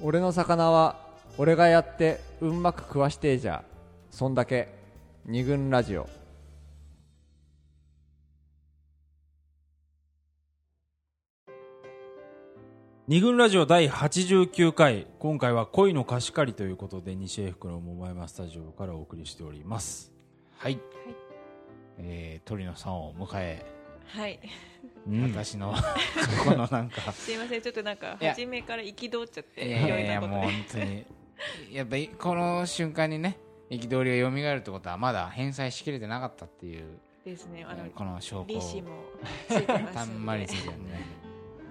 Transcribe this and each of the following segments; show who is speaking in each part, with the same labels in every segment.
Speaker 1: 俺の魚は俺がやってうんまく食わしてえじゃそんだけ二軍ラジオ
Speaker 2: 二軍ラジオ第89回今回は恋の貸し借りということで西英福の桃山スタジオからお送りしております
Speaker 3: はい、えー鳥野さんを迎え、
Speaker 4: はい、
Speaker 3: 私のこのなん か
Speaker 4: すいません、ちょっとなんか
Speaker 3: いや
Speaker 4: 初めから憤っちゃって、
Speaker 3: い
Speaker 4: い
Speaker 3: やい
Speaker 4: ろ
Speaker 3: や
Speaker 4: い
Speaker 3: いや
Speaker 4: ろな
Speaker 3: もう
Speaker 4: こと
Speaker 3: 本当にやっぱりこの瞬間にね憤りが蘇るってことはまだ返済しきれてなかったっていう
Speaker 4: でですね、あの
Speaker 3: この証拠
Speaker 4: 利子もついてますんで
Speaker 3: たんまりついてるね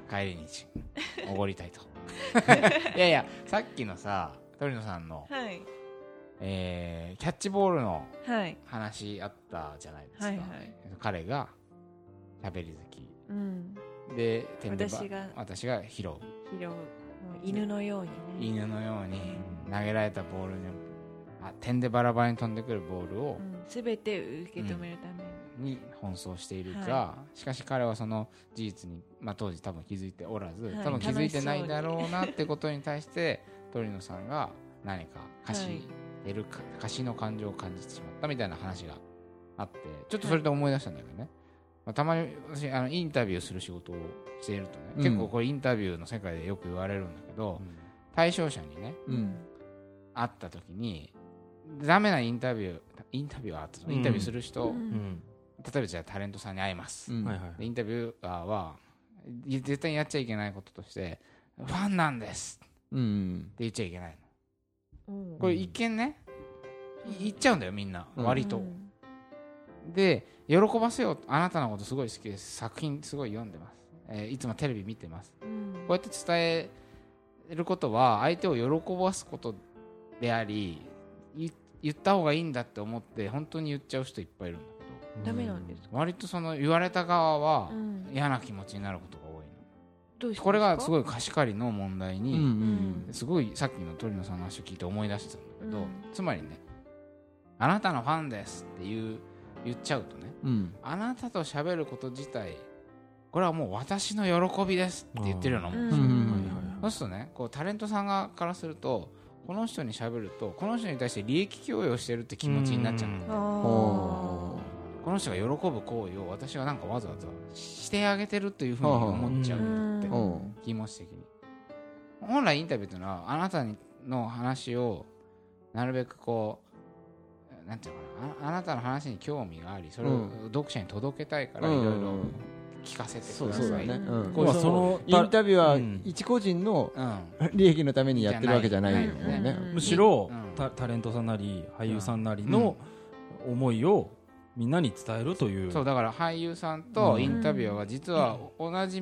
Speaker 3: 帰り 道おごりたいといやいやさっきのさ鳥野さんの、
Speaker 4: はい、
Speaker 3: えーキャッチボールの
Speaker 4: はい、
Speaker 3: 話あったじゃないですか、
Speaker 4: はいはい
Speaker 3: 彼が喋り好き
Speaker 4: うん、
Speaker 3: で天秤ば
Speaker 4: 私が
Speaker 3: 私が拾う
Speaker 4: 拾う、もう犬のようにね、
Speaker 3: 犬のように投げられたボールにあ点でバラバラに飛んでくるボールを、
Speaker 4: すべ、全て受け止めるために、
Speaker 3: に奔走しているが、
Speaker 4: は
Speaker 3: しかし彼はその事実に、まあ、当時多分気づいておらず、
Speaker 4: はい
Speaker 3: 多分気づいてないだろうなってことに対して鳥野さんが何か貸し得るか、貸しの感情を感じてしまったみたいな話があってちょっとそれで思い出したんだけどね、まあ、たまに私あのインタビューする仕事をしているとね、
Speaker 2: うん
Speaker 3: 結構これインタビューの世界でよく言われるんだけど、対象者にね
Speaker 2: うん
Speaker 3: 会った時にダメなインタビューインタビューはあったぞ
Speaker 2: うん
Speaker 3: インタビューする人、
Speaker 4: うん
Speaker 2: うん
Speaker 3: 例えばじゃあタレントさんに会います、
Speaker 1: うん
Speaker 2: はいはい
Speaker 3: でインタビュアーはい絶対にやっちゃいけないこととしてファンなんですって
Speaker 1: うん
Speaker 3: 言っちゃいけない
Speaker 4: うん
Speaker 3: のこれ一見ね、い言っちゃうんだよみんな、
Speaker 1: うん
Speaker 3: 割と、
Speaker 4: うん
Speaker 3: で喜ばせようあなたのことすごい好きです作品すごい読んでます、えーいつもテレビ見てます
Speaker 4: うん
Speaker 3: こうやって伝えることは相手を喜ばすことでありい言った方がいいんだって思って本当に言っちゃう人いっぱいいるんだけ
Speaker 4: ダメなんです
Speaker 3: ど割とその言われた側は
Speaker 4: うん
Speaker 3: 嫌な気持ちになることが多いの
Speaker 4: どうして
Speaker 3: これがす
Speaker 4: い
Speaker 3: ごい貸し借りの問題
Speaker 1: う
Speaker 3: に
Speaker 1: ん
Speaker 3: すごいさっきの鳥野さんの話を聞いて思い出してたんだけど、
Speaker 4: うん
Speaker 3: つまりね「あなたのファンです」っていう言っちゃうとね
Speaker 1: うん
Speaker 3: あなたと喋ること自体これはもう私の喜びですって言ってるようなもんですよ
Speaker 1: うん
Speaker 3: そうするとねこうタレントさんがからするとこの人に喋るとこの人に対して利益供与してるって気持ちになっちゃうの
Speaker 4: あ
Speaker 1: ほ
Speaker 4: ー
Speaker 3: この人が喜ぶ行為を私はなんかわざわざしてあげてるというふうに思っちゃうんだっ
Speaker 4: う
Speaker 3: て
Speaker 1: おう
Speaker 3: 気持ち的に本来インタビューというのはあなたの話をなるべくこうなんていうのかなああなたの話に興味がありそれ
Speaker 1: う
Speaker 3: を
Speaker 1: ん
Speaker 3: 読者に届けたいからいろいろ
Speaker 1: うん
Speaker 3: 聞かせて
Speaker 1: そ
Speaker 3: く
Speaker 1: う
Speaker 3: だ
Speaker 1: そう
Speaker 3: さ
Speaker 1: だ
Speaker 3: い
Speaker 1: ねうん
Speaker 2: こう
Speaker 1: まあ
Speaker 2: そ
Speaker 1: その
Speaker 2: の
Speaker 1: インタビュア
Speaker 2: う
Speaker 1: ー
Speaker 2: ん
Speaker 1: 一個人の
Speaker 3: うん
Speaker 1: 利益のためにやってるわけじゃないよ
Speaker 3: じゃない
Speaker 1: ね
Speaker 4: うん
Speaker 2: むしろ、
Speaker 3: うん
Speaker 2: タタレントさんなり俳優さんなりの思いをみんなに伝えるという
Speaker 3: そうだから俳優さんとインタビュアーが実は同じ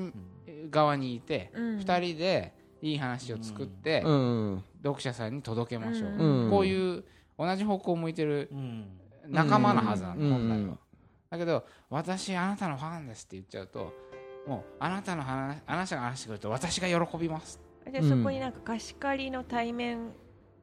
Speaker 3: 側にいて
Speaker 4: うん
Speaker 3: 2人でいい話を作って
Speaker 1: うん
Speaker 3: 読者さんに届けましょう
Speaker 1: うん
Speaker 3: こういう同じ方向を向いてる
Speaker 2: うん
Speaker 3: 仲間のはずなんだ
Speaker 1: うん
Speaker 3: 本来
Speaker 1: う
Speaker 3: は
Speaker 1: ん
Speaker 3: だけど私あなたのファンですって言っちゃうともうあなたの話あなたが話してくれると私が喜びます
Speaker 4: じゃあそこになんか貸し借りの対面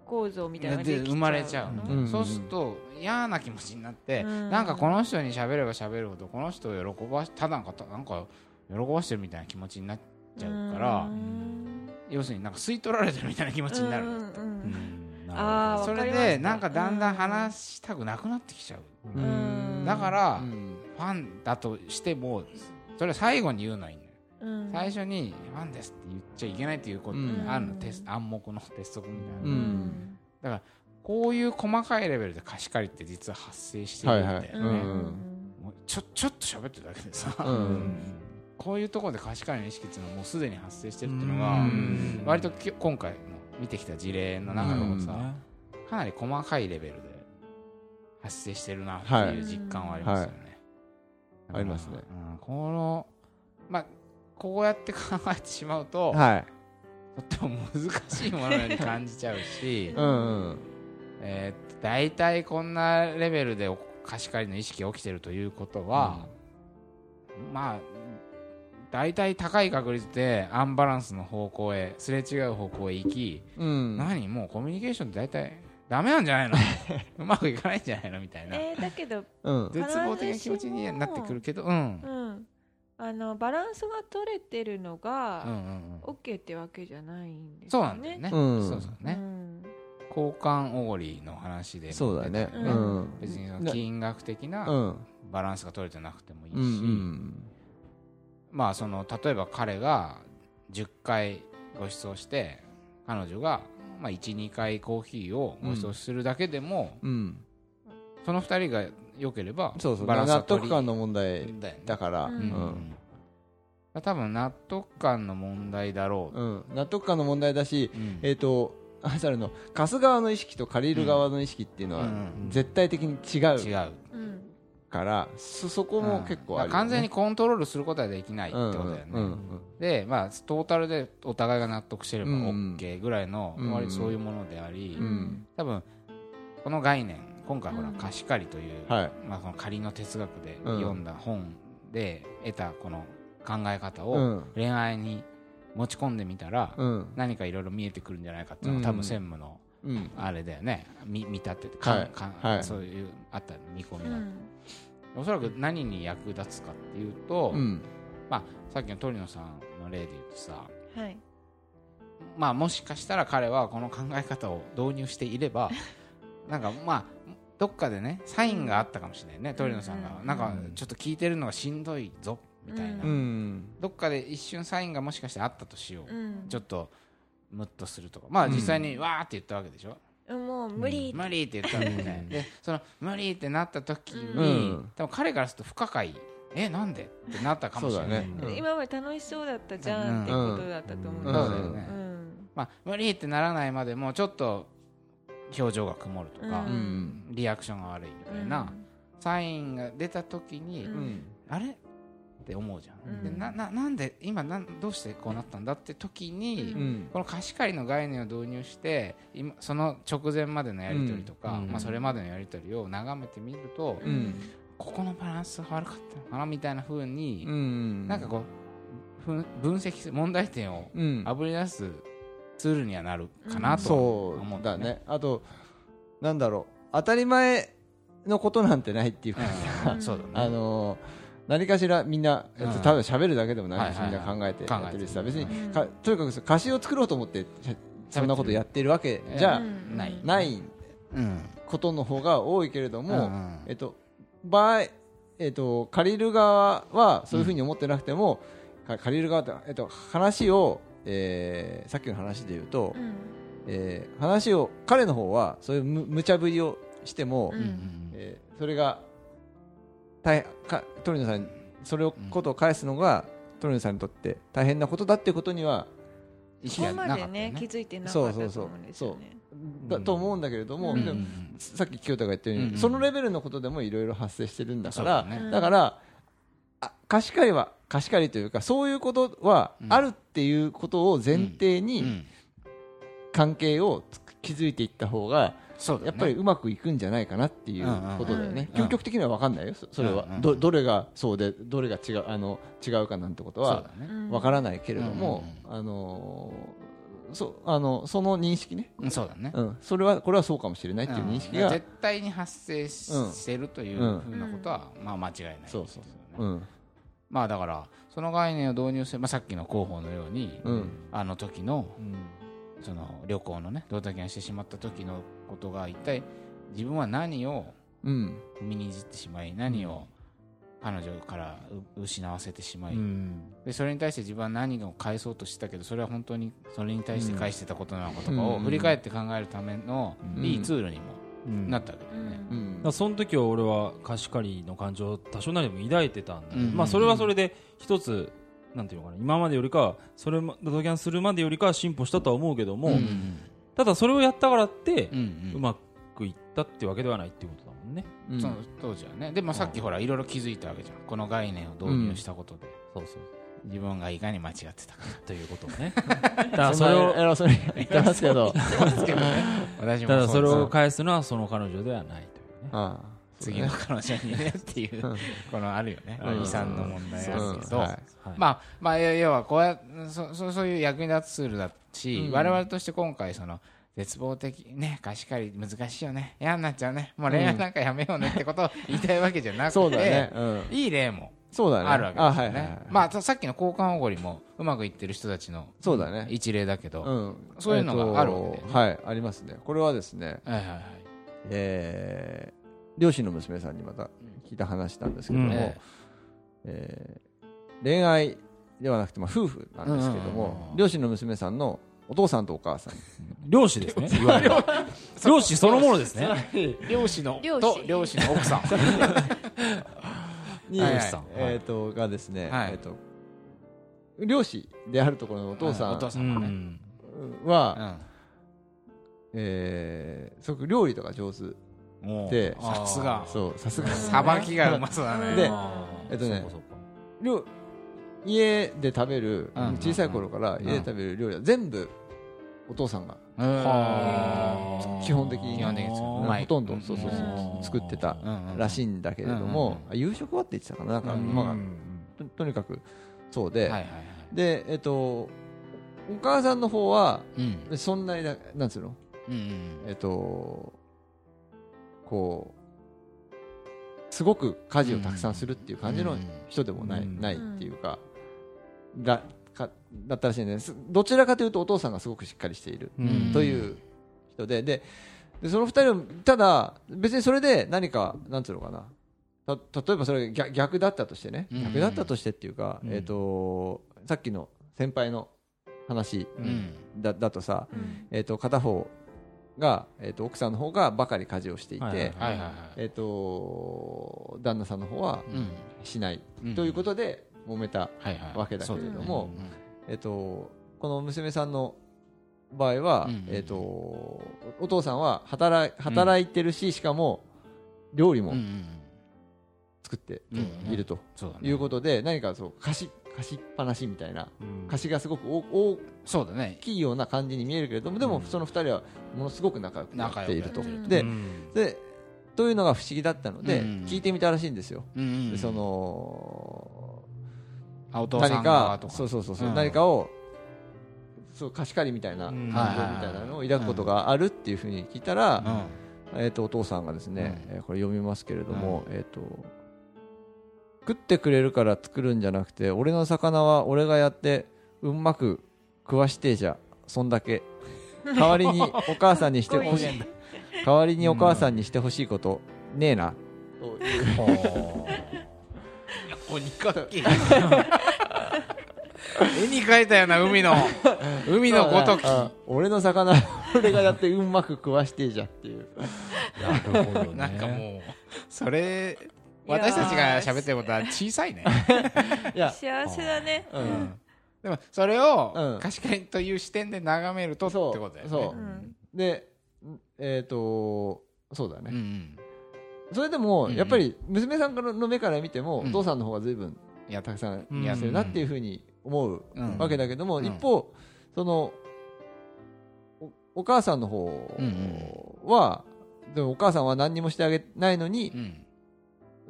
Speaker 4: 構造みたいなのが
Speaker 3: で
Speaker 4: でき
Speaker 3: 生まれちゃう
Speaker 4: の
Speaker 2: の
Speaker 3: のそうすると嫌な気持ちになって
Speaker 4: うん
Speaker 3: なんかこの人に喋れば喋るほどこの人を喜ばしただなんかたなんか喜ばしてるみたいな気持ちになっちゃうから
Speaker 4: うん
Speaker 3: 要するになんか吸い取られてるみたいな気持ちになる
Speaker 4: うんうんうん
Speaker 2: うん
Speaker 4: あー
Speaker 3: それ
Speaker 4: わかりま
Speaker 3: ですなんかだんだん話したくなくなってきちゃう、
Speaker 1: うん
Speaker 4: うん
Speaker 3: だから、
Speaker 1: うん
Speaker 3: ファンだとしてもそれは最後に言うのはいいのよ、
Speaker 4: うん
Speaker 3: 最初に「ファンです」って言っちゃいけないっていうことに
Speaker 1: うん
Speaker 3: あるの、テス暗黙の鉄則みたいな、
Speaker 1: う
Speaker 4: うんん
Speaker 3: こういう細かいレベルで貸し借りって実は発生してい
Speaker 1: は
Speaker 3: る
Speaker 1: い
Speaker 3: ん
Speaker 1: は
Speaker 3: だよ
Speaker 1: い
Speaker 3: ね、
Speaker 1: うん
Speaker 3: もうちょちょっと喋ってるだけでさ、
Speaker 1: う
Speaker 2: うんん
Speaker 3: こういうところで貸し借りの意識っていうのはもうすでに発生してるっていうの
Speaker 2: う
Speaker 3: は
Speaker 2: ん
Speaker 3: 割とき今回の見てきた事例の中でもさ、
Speaker 2: ね
Speaker 3: かなり細かいレベルで発生してるなっていう実感はありますよね。
Speaker 1: はいありますね
Speaker 3: うんこの、まあ、こうやって考えてしまうと、
Speaker 1: はい、
Speaker 3: とっても難しいもののように感じちゃうし
Speaker 1: うん
Speaker 3: えー大体こんなレベルでお貸し借りの意識が起きてるということは、まあ、大体高い確率でアンバランスの方向へ、すれ違う方向へ行き、
Speaker 1: うん
Speaker 3: 何もうコミュニケーションって大体ダメなんじゃない のうまくいかないんじゃないのみたいな
Speaker 4: えーだけど、
Speaker 1: うん
Speaker 3: 絶望的な気持ちにはなってくるけどうん
Speaker 4: うん、あのバランスが取れてる
Speaker 3: う
Speaker 4: の
Speaker 3: んう
Speaker 4: が、
Speaker 3: んうん
Speaker 4: オッ OK ってわけじゃないんです
Speaker 3: そう
Speaker 4: よ
Speaker 3: なんだよね。
Speaker 1: うん
Speaker 3: そうそう
Speaker 4: う
Speaker 3: ね。
Speaker 4: ん
Speaker 3: 交換おごりの話で。
Speaker 1: そうだね
Speaker 3: 出た
Speaker 1: う
Speaker 3: よね
Speaker 1: ん
Speaker 3: 別にその金額的
Speaker 1: う
Speaker 3: なんバランスが取れてなくてもいいし、
Speaker 1: うんうん
Speaker 3: まあその例えば彼が10回ご馳走して彼女がまあ12回コーヒーをご馳走するだけでも、
Speaker 1: うん
Speaker 3: その2人が良ければ
Speaker 1: そうそう
Speaker 3: バランスが
Speaker 1: 納
Speaker 3: 取
Speaker 1: 得
Speaker 3: り
Speaker 1: 感の問題
Speaker 3: だよね
Speaker 1: だからう
Speaker 4: うん
Speaker 3: うん
Speaker 1: ん
Speaker 3: 多分納得感の問題だろう、
Speaker 1: うん納得感の問題だし
Speaker 3: うん
Speaker 1: えっとアサルの貸す側の意識と借りる側の意識っていうのは
Speaker 3: うんうん
Speaker 1: 絶対的に違
Speaker 3: 違
Speaker 1: う
Speaker 3: う
Speaker 4: うん
Speaker 1: からそそこも結構あ
Speaker 3: うんだから
Speaker 1: るよね
Speaker 3: 完全にコントロールすることはできないってことだよね、
Speaker 1: うんうんうん
Speaker 3: でまあトータルでお互いが納得してれば
Speaker 1: うん
Speaker 3: OK ぐらいの、
Speaker 1: うん
Speaker 3: 割とそういうものであり、
Speaker 1: うん
Speaker 3: 多分この概念今回ほら
Speaker 4: うん
Speaker 3: 貸し借りという、
Speaker 1: はい
Speaker 3: まあ、この仮の哲学で
Speaker 1: うん
Speaker 3: 読んだ本で得たこの考え方
Speaker 1: う
Speaker 3: を
Speaker 1: ん
Speaker 3: 恋愛に持ち込んでみたら
Speaker 1: うん
Speaker 3: 何かいろいろ見えてくるんじゃないかっていうの
Speaker 1: うん
Speaker 3: が多分専務の
Speaker 1: うん
Speaker 3: あれだよね見見立ててかん
Speaker 1: はい
Speaker 3: かん
Speaker 1: はい
Speaker 3: そういうあった見込
Speaker 4: う
Speaker 3: みが、
Speaker 4: ん
Speaker 3: おそらく何に役立つかっていうと、
Speaker 1: うん
Speaker 3: さっきの鳥野さんの例で言うとさ
Speaker 4: はい
Speaker 3: まあもしかしたら彼はこの考え方を導入していれ ばなんかまあどっかでねサインがあったかもしれないね鳥野さんが
Speaker 4: うん
Speaker 3: なんかちょっと聞いてるのがしんどいぞみたいな、
Speaker 1: う
Speaker 4: うん
Speaker 3: どっかで一瞬サインがもしかしてあったとしよう、
Speaker 4: うん
Speaker 3: ちょっとムッとするとかまあ
Speaker 1: うん
Speaker 3: 実際にわーって言ったわけでしょ、
Speaker 4: もう無理
Speaker 3: 無理って言ったわけで,、
Speaker 2: うん
Speaker 3: でその無理ってなった時に、
Speaker 1: うん
Speaker 3: 多分彼からすると不可解えなんでってなったかもしれな
Speaker 1: そ
Speaker 3: い
Speaker 1: うだねうん
Speaker 4: 今まで楽しそうだったじゃんってことだったと思うんです
Speaker 3: そ
Speaker 4: よ
Speaker 3: うだよね、
Speaker 4: うん
Speaker 3: まあ、無理ってならないまでもちょっと表情が曇るとか、
Speaker 1: う
Speaker 4: うんん
Speaker 3: リアクションが悪いみたいな、サインが出た時に、
Speaker 4: うん
Speaker 3: あれって思うじゃん、
Speaker 4: うん
Speaker 3: でなななんで今なんどうしてこうなったんだって時に、
Speaker 4: うん
Speaker 1: うん
Speaker 3: この貸し借りの概念を導入して今その直前までのやり取りとか、
Speaker 2: うん
Speaker 3: まあ、それまでのやり取りを眺めてみると、
Speaker 1: うんうん
Speaker 3: ここのバランスが悪かったのかなみたいな風に、
Speaker 1: うん
Speaker 3: なんかこうふん分析する問題点を
Speaker 1: うん
Speaker 3: あぶり出すツールにはなるかなと
Speaker 1: そ
Speaker 3: 思
Speaker 1: うだねあとなんだろう当たり前のことなんてないっていうか
Speaker 3: うん
Speaker 4: うん
Speaker 3: そうだね
Speaker 1: あのー何かしらみんな、えっ
Speaker 3: うん
Speaker 1: と、ただ喋るだけでも何かしら
Speaker 3: はい
Speaker 1: みん
Speaker 3: はい
Speaker 1: な
Speaker 3: はい
Speaker 1: 考えてやってるしさ
Speaker 3: 考え
Speaker 1: 別
Speaker 3: てる
Speaker 1: に
Speaker 4: うん
Speaker 1: かとにかくそう歌詞を作ろうと思ってしゃそんなことやってるわけじ
Speaker 3: あ
Speaker 1: ゃ
Speaker 4: うん
Speaker 3: ない
Speaker 1: ない
Speaker 3: うん
Speaker 1: ことの方が多いけれども、
Speaker 3: ん
Speaker 1: えっと、場合、えっと、借りる側はそういうふうに思ってなくても、か借りる側って、えっと、話を、えーさっきの話で言うと、
Speaker 4: うん
Speaker 1: えー話を彼の方はそういうむ無茶ぶりをしても、
Speaker 4: うん
Speaker 1: えーそれが大か鳥野さんにそれをことを返すのが、鳥野さんにとって大変なことだっていうことには、
Speaker 3: 意
Speaker 4: こ
Speaker 3: 識
Speaker 4: こ
Speaker 3: がなか
Speaker 4: ま
Speaker 3: った
Speaker 4: で
Speaker 3: よね
Speaker 4: ね気づいてなかったと思うんですよね
Speaker 1: だと思うんだけれども、
Speaker 4: うん
Speaker 1: でもさっき清田が言ったように、
Speaker 3: うん
Speaker 1: そのレベルのことでもいろいろ発生してるんだ
Speaker 3: そ
Speaker 1: から、
Speaker 3: うだね
Speaker 4: うん
Speaker 1: だから、あ貸し借りは貸し借りというかそういうことは
Speaker 3: うん
Speaker 1: あるっていうことを前提
Speaker 3: う
Speaker 1: に
Speaker 3: ん
Speaker 1: 関係をつく築いていった方が
Speaker 3: そうだね
Speaker 1: やっぱりうまくいくんじゃないかなっていうことだよね、
Speaker 3: うんうん
Speaker 1: 究極的には分かんないよそそれは、
Speaker 3: うんうん
Speaker 1: どどれがそうでどれが違うあの違うかなんてこと
Speaker 3: そう
Speaker 1: は
Speaker 3: だね
Speaker 4: うん
Speaker 1: 分からないけれども、
Speaker 3: う
Speaker 1: あのーそあのその認識ね、
Speaker 3: うんそうだね
Speaker 1: うん、それはこれはそうかもしれないっていう認識が、
Speaker 3: 絶対に発生し
Speaker 1: うん
Speaker 3: してるというふうなことはまあ間違いない
Speaker 1: そうそう
Speaker 3: う
Speaker 1: うんん
Speaker 3: まあだからその概念を導入するまあさっきの広報のように
Speaker 1: うん
Speaker 3: あの時のその旅行のねドタキャンしてしまった時のことが一体自分は何を
Speaker 1: うん
Speaker 3: 踏みにじってしまい何を彼女からう失わせてしまい、
Speaker 2: うん
Speaker 3: でそれに対して自分は何を返そうとしてたけどそれは本当にそれに対して返してたことなのかとか
Speaker 1: う
Speaker 3: を
Speaker 1: ん
Speaker 3: 振り返って考えるための
Speaker 1: うん
Speaker 3: いいツールにも
Speaker 2: うん
Speaker 3: なったわけだよね。
Speaker 1: う
Speaker 2: だ
Speaker 1: ん
Speaker 2: からその時は俺は貸し借りの感情を多少なりとも抱いてたんだけど、
Speaker 3: うん
Speaker 2: まあ、それはそれで一つなんていうのかな今までよりかはそれもドドキャンするまでよりかは進歩したとは思うけども、
Speaker 3: うん
Speaker 2: ただそれをやったからって
Speaker 3: うんうん
Speaker 2: うまくいったってわけではないっていうことだもんね、
Speaker 1: うん
Speaker 3: その当時はねでもさっきほらいろいろ気づいたわけじゃんこの概念を導入したことで
Speaker 2: そうそう
Speaker 3: 自分がいかに間違ってたか
Speaker 2: ということをねだからそ
Speaker 1: そ
Speaker 2: れ
Speaker 1: れ
Speaker 2: を
Speaker 1: を偉そうに言ってます けど
Speaker 3: ですけどね私も
Speaker 2: ただそれ
Speaker 3: う
Speaker 2: を
Speaker 3: です
Speaker 2: 返すのはその彼女ではないというね
Speaker 1: ああそう
Speaker 3: 次
Speaker 1: だ
Speaker 3: の
Speaker 1: ね
Speaker 3: 彼女にねっていう
Speaker 1: うん
Speaker 3: このあるよね
Speaker 1: うん
Speaker 3: 遺産の問題あるけ
Speaker 1: うん
Speaker 3: ど
Speaker 1: はい
Speaker 2: はい
Speaker 3: まあ、まあ、要要はこうやそそそういう役に立つツールだし、
Speaker 1: うん
Speaker 3: 我々として今回その絶望的ね貸し借り難しいよね嫌になっちゃうねもう恋愛なんかやめようねってことを言いたいわけじゃなくて、
Speaker 1: そうだねうん
Speaker 3: いい例も
Speaker 1: そうだね
Speaker 3: あるわけですよね。
Speaker 1: あはいはいはい
Speaker 3: まあささっきの交換おごりもうまくいってる人たちの
Speaker 1: そうだね
Speaker 3: 一例だけど、
Speaker 1: うん、
Speaker 3: そういうのがあるわけだよね
Speaker 1: えっとはいありますねこれはですね、
Speaker 3: はいはいはい
Speaker 1: えー両親の娘さんにまた聞いた話なんですけども、
Speaker 2: うん
Speaker 3: え
Speaker 1: えー恋愛ではなくて、まあ、夫婦なんですけど
Speaker 3: うんうんうん
Speaker 1: も、
Speaker 3: うん
Speaker 1: 両親の娘さんのお父さんとお母さん
Speaker 2: 漁師ですねいわゆる漁師そのものですね
Speaker 3: 漁師の
Speaker 4: 漁師
Speaker 3: と漁師の奥さん
Speaker 1: に、
Speaker 2: 漁
Speaker 3: はいはい
Speaker 2: 師さん
Speaker 1: えー、とがですね、
Speaker 3: はい
Speaker 1: えー、と漁師であるところ のお父さ
Speaker 3: はい
Speaker 1: ん
Speaker 3: お父さ
Speaker 2: うん
Speaker 3: がね、
Speaker 2: ん
Speaker 1: うんは、
Speaker 3: う
Speaker 1: えーすごく料理とか上手
Speaker 3: んもう
Speaker 1: で
Speaker 3: さすが
Speaker 1: そうさすが
Speaker 3: さばきがうまそうだね
Speaker 1: で
Speaker 2: あー
Speaker 1: えっとね
Speaker 2: そうかそうか
Speaker 1: 料家で食べる
Speaker 3: うん
Speaker 1: 小さい頃から
Speaker 3: うん
Speaker 1: 家で食べる料理は全部お父さんが
Speaker 3: うん
Speaker 2: はー
Speaker 1: 基本的に
Speaker 3: 基本的に作
Speaker 2: う
Speaker 3: る
Speaker 1: ほ
Speaker 2: ん
Speaker 3: まい
Speaker 1: とんどそうそうそ
Speaker 2: う
Speaker 1: う
Speaker 2: ん
Speaker 1: 作ってた
Speaker 3: うんうん
Speaker 1: らしいんだけれども
Speaker 3: うん
Speaker 1: あ夕食はって言ってたかななんか
Speaker 3: うん
Speaker 1: まあととにかくそうで
Speaker 3: はいはいはい
Speaker 1: でえっとお母さんの方は
Speaker 3: うん
Speaker 1: そんなにななんつうの
Speaker 3: うんうん
Speaker 1: えっとこうすごく家事をたくさんするっていう感じの
Speaker 3: うん
Speaker 1: 人でもない,、
Speaker 2: うん
Speaker 1: ないっていうかだかだったらしいんですどちらかというとお父さんがすごくしっかりしている
Speaker 2: う
Speaker 3: うん
Speaker 2: ん
Speaker 1: という人で、ででその二人をただ別にそれで何かなんつうのかなた例えばそれが逆逆だったとしてね、
Speaker 3: うん
Speaker 1: 逆だったとしてっていうか、
Speaker 2: うん
Speaker 1: えっとさっきの先輩の話
Speaker 3: う
Speaker 2: うんん
Speaker 1: だだとさ、
Speaker 4: うん
Speaker 1: えっと片方が、えっと奥さんの方がばかり家事をしていて、
Speaker 2: はいはいはい
Speaker 3: はいはいはい
Speaker 1: えっと旦那さんの方は
Speaker 3: うん
Speaker 1: しない、
Speaker 3: うん
Speaker 1: ということで揉めた、
Speaker 3: はいはい
Speaker 1: わけだけれも
Speaker 3: そ
Speaker 4: ど
Speaker 3: うだよね
Speaker 1: えっとこの娘さんの場合は、
Speaker 3: うんうんうん
Speaker 1: えっとおお父さんは働い働いてるし、しかも料理
Speaker 3: うん
Speaker 1: も
Speaker 3: うんうん
Speaker 1: 作って
Speaker 3: うんうん
Speaker 1: いると
Speaker 3: そうだね
Speaker 1: いうことで、何かそう貸し貸しっぱなしみたいな
Speaker 2: うん
Speaker 1: 貸しがすごく大大
Speaker 3: そうだね
Speaker 1: きいような感じに見えるけれどもで
Speaker 2: う
Speaker 1: も
Speaker 2: ん
Speaker 1: その二人はものすごく仲良くなっていると
Speaker 4: 仲良くな。って
Speaker 1: で
Speaker 2: うん
Speaker 1: でというのが不思議だったので、
Speaker 3: うん
Speaker 1: 聞いてみたらしいんですよ。
Speaker 3: うんうんう
Speaker 1: で
Speaker 3: ん
Speaker 1: その
Speaker 3: あお父さ
Speaker 1: 何
Speaker 3: ん側
Speaker 1: か
Speaker 3: とか
Speaker 1: そうそうそうそう、
Speaker 3: うん
Speaker 1: 何かをそう貸し借りみたいな
Speaker 2: う
Speaker 1: 感
Speaker 2: ん
Speaker 1: 情みたいなのを抱くことがあるっていうふうに聞いたら、
Speaker 3: うん
Speaker 1: えー、とお父さんがですね、
Speaker 3: う
Speaker 1: えーこれ読みますけれども、えー、と食ってくれるから作るんじゃなくて俺の魚は俺がやってうんまく食わしてじゃそんだけ代わりにお母さんにしてほしい
Speaker 4: かっこ
Speaker 1: 代わりにお母さんにしてほしいことねえな、という
Speaker 3: ほ
Speaker 2: お肉かき
Speaker 3: う絵に描いたような海 の海のごとき
Speaker 1: あ俺の魚 俺がやってうんまく食わしてえじゃんって いう
Speaker 2: なるほどね
Speaker 3: なんかもうそれ
Speaker 4: いやー
Speaker 3: 私たちが喋ってることは小さいね、
Speaker 1: いや、
Speaker 4: 幸せだね
Speaker 1: う、
Speaker 3: うんんでもそれを
Speaker 1: うん
Speaker 3: 貸し借りという視点で眺めるとって
Speaker 1: そう
Speaker 3: ことだよね
Speaker 1: そううんでえっ、とそうだ
Speaker 3: うんう
Speaker 1: ね、
Speaker 3: ん
Speaker 1: それで
Speaker 3: う
Speaker 1: も
Speaker 3: んうん
Speaker 1: やっぱり娘さんからの目から見ても、
Speaker 3: うん
Speaker 1: お父さんの方が随分
Speaker 3: いや
Speaker 1: たくさん
Speaker 2: うん
Speaker 1: やってるなっていうふうに思う
Speaker 3: うん
Speaker 1: わけだけども、
Speaker 3: うん
Speaker 1: 一方そのおお母さんの方は、でもお母さんは何にもしてあげないのに、
Speaker 3: うん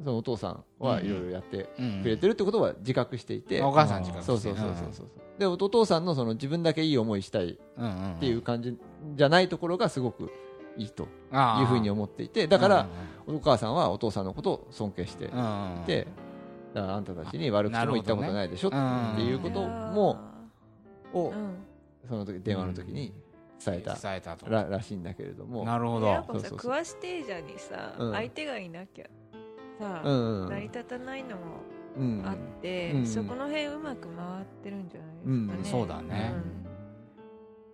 Speaker 1: そのお父さんはいろいろやって
Speaker 3: うん
Speaker 1: くれてるってことは自覚していて、
Speaker 3: お母さん時間
Speaker 1: そうそうそうそうそうそうでおお父さんのその自分だけいい思いしたい
Speaker 3: っ
Speaker 1: っていう感じじゃないところがすごくいいというふうに
Speaker 3: 思
Speaker 1: 思っていてだからお母さんはお父さんのことを尊敬してい
Speaker 3: って
Speaker 1: だからあんたたちに悪口も言ったことないでしょっ
Speaker 3: なるほどね
Speaker 1: ていうこともを
Speaker 4: うん
Speaker 1: その時電話の時に伝えた
Speaker 3: 伝えたと
Speaker 1: ららしいんだけれども
Speaker 3: なるほ
Speaker 4: でや
Speaker 3: ど
Speaker 4: っぱ
Speaker 1: そ
Speaker 4: さ
Speaker 1: うそうそう
Speaker 4: 食わしてえじゃにさ
Speaker 1: うん
Speaker 4: 相手がいなきゃさ
Speaker 1: うんうん
Speaker 4: 成り立たないのも
Speaker 1: うん
Speaker 4: あって、
Speaker 1: うん
Speaker 4: そこの辺うまく回ってるんじゃないですかね、
Speaker 3: そうだね
Speaker 4: うん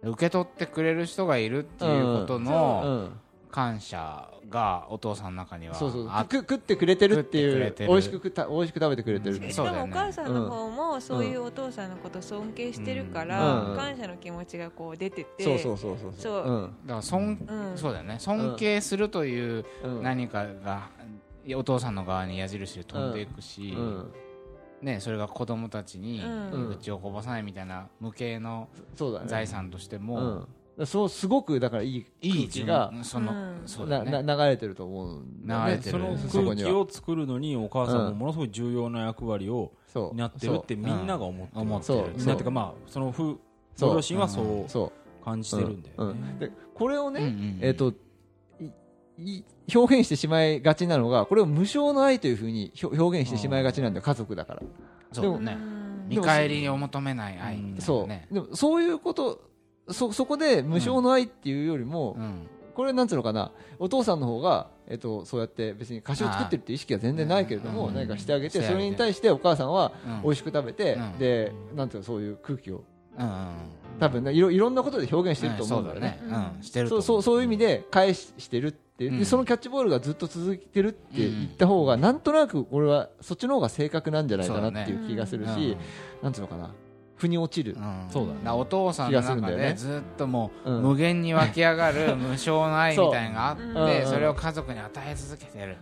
Speaker 3: 受け取ってくれる人がいるっていうこと
Speaker 1: う
Speaker 3: の
Speaker 1: ん
Speaker 3: 感謝がお父さんの中には
Speaker 1: そうそう
Speaker 3: あっ
Speaker 1: く食ってくれてるってい
Speaker 3: 食ってくれ
Speaker 1: う
Speaker 3: てる
Speaker 1: 美味しく食った美味しく食べてくれてる
Speaker 3: うん
Speaker 4: しか
Speaker 3: そうだ
Speaker 4: も
Speaker 3: よ
Speaker 4: お
Speaker 3: ね
Speaker 4: 母さんの方もそういうお父さんのこと尊敬してるから、
Speaker 1: うん
Speaker 4: 感謝の気持ちがこう出てて
Speaker 1: そうそうそうそう
Speaker 4: そう
Speaker 1: うん
Speaker 3: だから尊
Speaker 4: うん
Speaker 3: そうだよね尊敬するという
Speaker 1: うん
Speaker 3: 何かがいやお父さんの側に矢印で飛んでいくし、
Speaker 1: うん
Speaker 3: ね、それが子供たちに
Speaker 4: うん
Speaker 3: 愚痴をこぼさないみたいな無形の
Speaker 1: そうだね
Speaker 3: 財産としても、
Speaker 1: うんだからそうすごくだからいい
Speaker 3: いい
Speaker 1: 空気が
Speaker 3: 順その、
Speaker 4: うん
Speaker 3: そうだよね
Speaker 1: なな流れてると思うんだよね
Speaker 3: 流れてる
Speaker 2: その
Speaker 1: そこ
Speaker 2: 空
Speaker 1: に
Speaker 2: 気
Speaker 1: は
Speaker 2: を作るのにお母さんもものすごい重要な役割を
Speaker 1: そう
Speaker 2: 担ってるってみんなが思ってる
Speaker 3: 思って
Speaker 1: そう
Speaker 3: る
Speaker 2: みんなっていうかまあその夫ご両親はそう
Speaker 1: そ
Speaker 2: 感じてるんだ
Speaker 1: う、う
Speaker 2: よね
Speaker 1: ん、でこれをね、
Speaker 3: うんうんうん
Speaker 1: えっ、といい表現してしまいがちなのがこれを無償の愛というふうにひょ表現してしまいがちなんだよ家族だから、
Speaker 3: そうだ
Speaker 4: う
Speaker 3: ね
Speaker 4: ん
Speaker 3: 見返りを求めない愛みたい
Speaker 1: そ
Speaker 3: なね
Speaker 1: うでもそういうことそそこで無償の愛っていうよりも、
Speaker 3: うん
Speaker 1: これなんつうのかなお父さんの方が、えっと、そうやって別に菓子を作ってるっていう意識は全然ないけれど
Speaker 3: あ
Speaker 1: も
Speaker 3: ー
Speaker 1: 何かしてあげて
Speaker 3: うん
Speaker 1: それに対してお母さんは
Speaker 3: うん
Speaker 1: 美味しく食べて、
Speaker 3: うん
Speaker 1: でなんていうのそういう空気を
Speaker 3: うんうん
Speaker 1: 多分ねいろいろんなことで表現してると思うんだよね,、
Speaker 3: そうだうんしてると
Speaker 1: そう
Speaker 3: 思
Speaker 1: そうそういう意味で返ししてるっていう、
Speaker 3: う
Speaker 1: で
Speaker 3: ん
Speaker 1: そのキャッチボールがずっと続いてるって言った方が、なんとなく俺はそっちの方が正確なんじゃないかなっていう気がするし、なんていうのかな腑に落ちる、
Speaker 3: うん
Speaker 2: そうだね
Speaker 3: からお父さんの中でずっともう無限に湧き上がる無償の愛みたいなのがあって
Speaker 4: そう
Speaker 1: うん
Speaker 3: それを家族に与え続けてる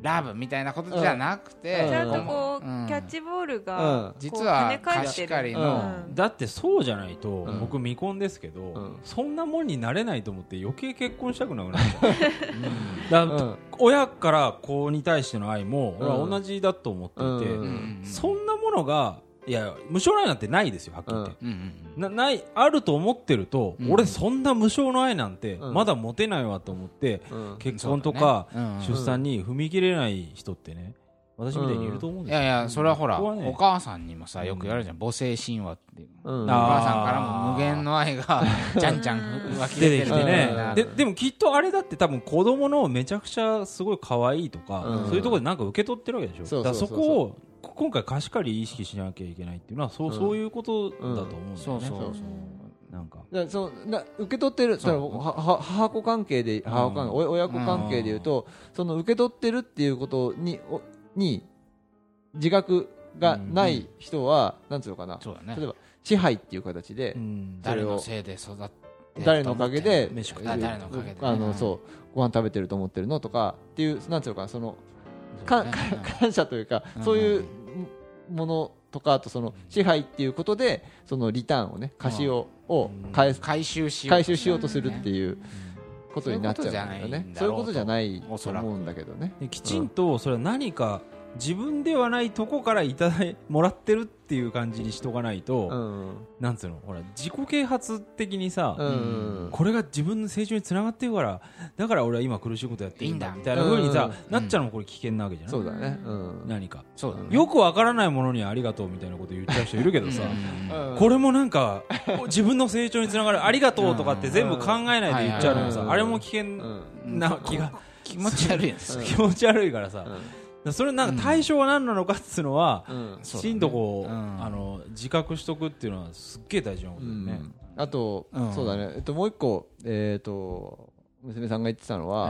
Speaker 3: ラブみたいなことじゃなくて
Speaker 1: うん
Speaker 4: ちゃんとこう、
Speaker 3: うん
Speaker 4: キャッチボール
Speaker 1: うん
Speaker 4: が、こう
Speaker 3: 実は
Speaker 4: 跳ね返ってる
Speaker 3: 貸し借り
Speaker 1: の
Speaker 4: うん
Speaker 2: だってそうじゃないと、
Speaker 1: うん
Speaker 2: 僕未婚ですけど、
Speaker 1: ん
Speaker 2: そんなもんになれないと思って余計結婚したくなくなっち
Speaker 3: うん
Speaker 2: ゃうだ
Speaker 1: う
Speaker 2: から
Speaker 1: ん
Speaker 2: 親から子に対しての愛も
Speaker 1: うん
Speaker 2: 俺は同じだと思っていて、
Speaker 1: う
Speaker 3: うん
Speaker 2: そんなものがいや無償の愛なんてないですよはっきり言って。
Speaker 3: うんうん
Speaker 2: なないあると思ってると、
Speaker 3: うん
Speaker 2: 俺そんな無償の愛なんて
Speaker 1: うん
Speaker 2: まだ持てないわと思って、
Speaker 1: うん
Speaker 2: 結婚とか、
Speaker 3: そうだねうん
Speaker 2: 出産に踏み切れない人ってね私みたいにいると思うん
Speaker 3: い
Speaker 2: ですよ、
Speaker 3: やいやそれはほら
Speaker 2: ここはね
Speaker 3: お母さんにもさよく言われるじゃん母性神話っていう
Speaker 1: うん
Speaker 3: お
Speaker 2: あ
Speaker 3: 母さんからも無限の愛がじゃんじゃん湧き
Speaker 2: 出て
Speaker 3: 出て
Speaker 2: き
Speaker 1: う
Speaker 2: て
Speaker 3: る
Speaker 1: ん
Speaker 2: ね、
Speaker 1: うん
Speaker 2: ででもきっとあれだって多分子供のめちゃくちゃすごい可愛いとか、
Speaker 1: うん
Speaker 2: そういうところでなんか受け取ってるわけでしょ
Speaker 1: そうそう
Speaker 2: だから
Speaker 1: そう
Speaker 2: そ
Speaker 1: そう
Speaker 2: こをこ今回貸し借り意識しなきゃいけないっていうのはそう,、
Speaker 1: うん
Speaker 2: そういうことだと思うんだよね、
Speaker 3: そうそうそう
Speaker 2: なんか
Speaker 1: だからそうな受け取ってる
Speaker 3: そう
Speaker 1: だからはは母子関係で母子関係、お親子関係でいうと、その受け取ってるっていうことにおに自覚がない人は、なんつうのかな
Speaker 3: そうだね
Speaker 1: 例えば支配っていう形で、
Speaker 2: うん
Speaker 1: だ
Speaker 3: 誰のせいで育って
Speaker 1: 誰のおかげで
Speaker 2: 飯食って
Speaker 3: あ誰のおかげでね
Speaker 1: あのそうご飯食べてると思ってるのとかっていうなんつうのかなそのか
Speaker 3: そ
Speaker 1: か
Speaker 3: うだね
Speaker 1: 感謝というか、
Speaker 3: うん
Speaker 1: そういうものとかあとその支配っていうことでそのリターンをね貸しを,、を返す
Speaker 3: 回収しよう
Speaker 1: 回収しようとするっていうことになっちゃうんだよねそ
Speaker 3: そう
Speaker 1: いこ
Speaker 3: ういううことと
Speaker 1: じ
Speaker 3: じ
Speaker 1: ゃ
Speaker 3: ゃ
Speaker 1: ない
Speaker 3: お
Speaker 1: と
Speaker 3: そらく
Speaker 1: 思うんだけどね
Speaker 2: できちんとそれは何か自分ではないとこからいただい もらってるっていう感じにしとかないと、
Speaker 1: うん
Speaker 2: なんつうのほら自己啓発的にさ、
Speaker 1: うん
Speaker 2: これが自分の成長につながってるからだから俺は今苦しいことやっていいんだ
Speaker 3: いいんだ
Speaker 2: みたいなふうにさ、
Speaker 1: うん
Speaker 2: なっちゃうのもこれ危険なわけじゃない、
Speaker 1: そうだねうん
Speaker 2: 何か
Speaker 3: そうだね
Speaker 2: よくわからないものにありがとうみたいなこと言っちゃう人いるけどさ、
Speaker 1: うん
Speaker 2: これもなんか自分の成長につながるありがとうとかって全部考えないで言っちゃうのもさ、
Speaker 1: うん
Speaker 2: あれも危険
Speaker 1: うん
Speaker 2: な気が、
Speaker 3: 気持ち悪いです
Speaker 1: うん
Speaker 2: 気持ち悪いからさ、だからそれなんか対象は何なのかっつうのは、
Speaker 1: うん
Speaker 2: きちんとこう、
Speaker 3: うん
Speaker 2: あの自覚しとくっていうのはすっげえ大事なこ
Speaker 1: う
Speaker 2: とだよね、
Speaker 1: んあと
Speaker 3: うん
Speaker 1: そうだねえっともう一個えっと娘さんが言ってたのは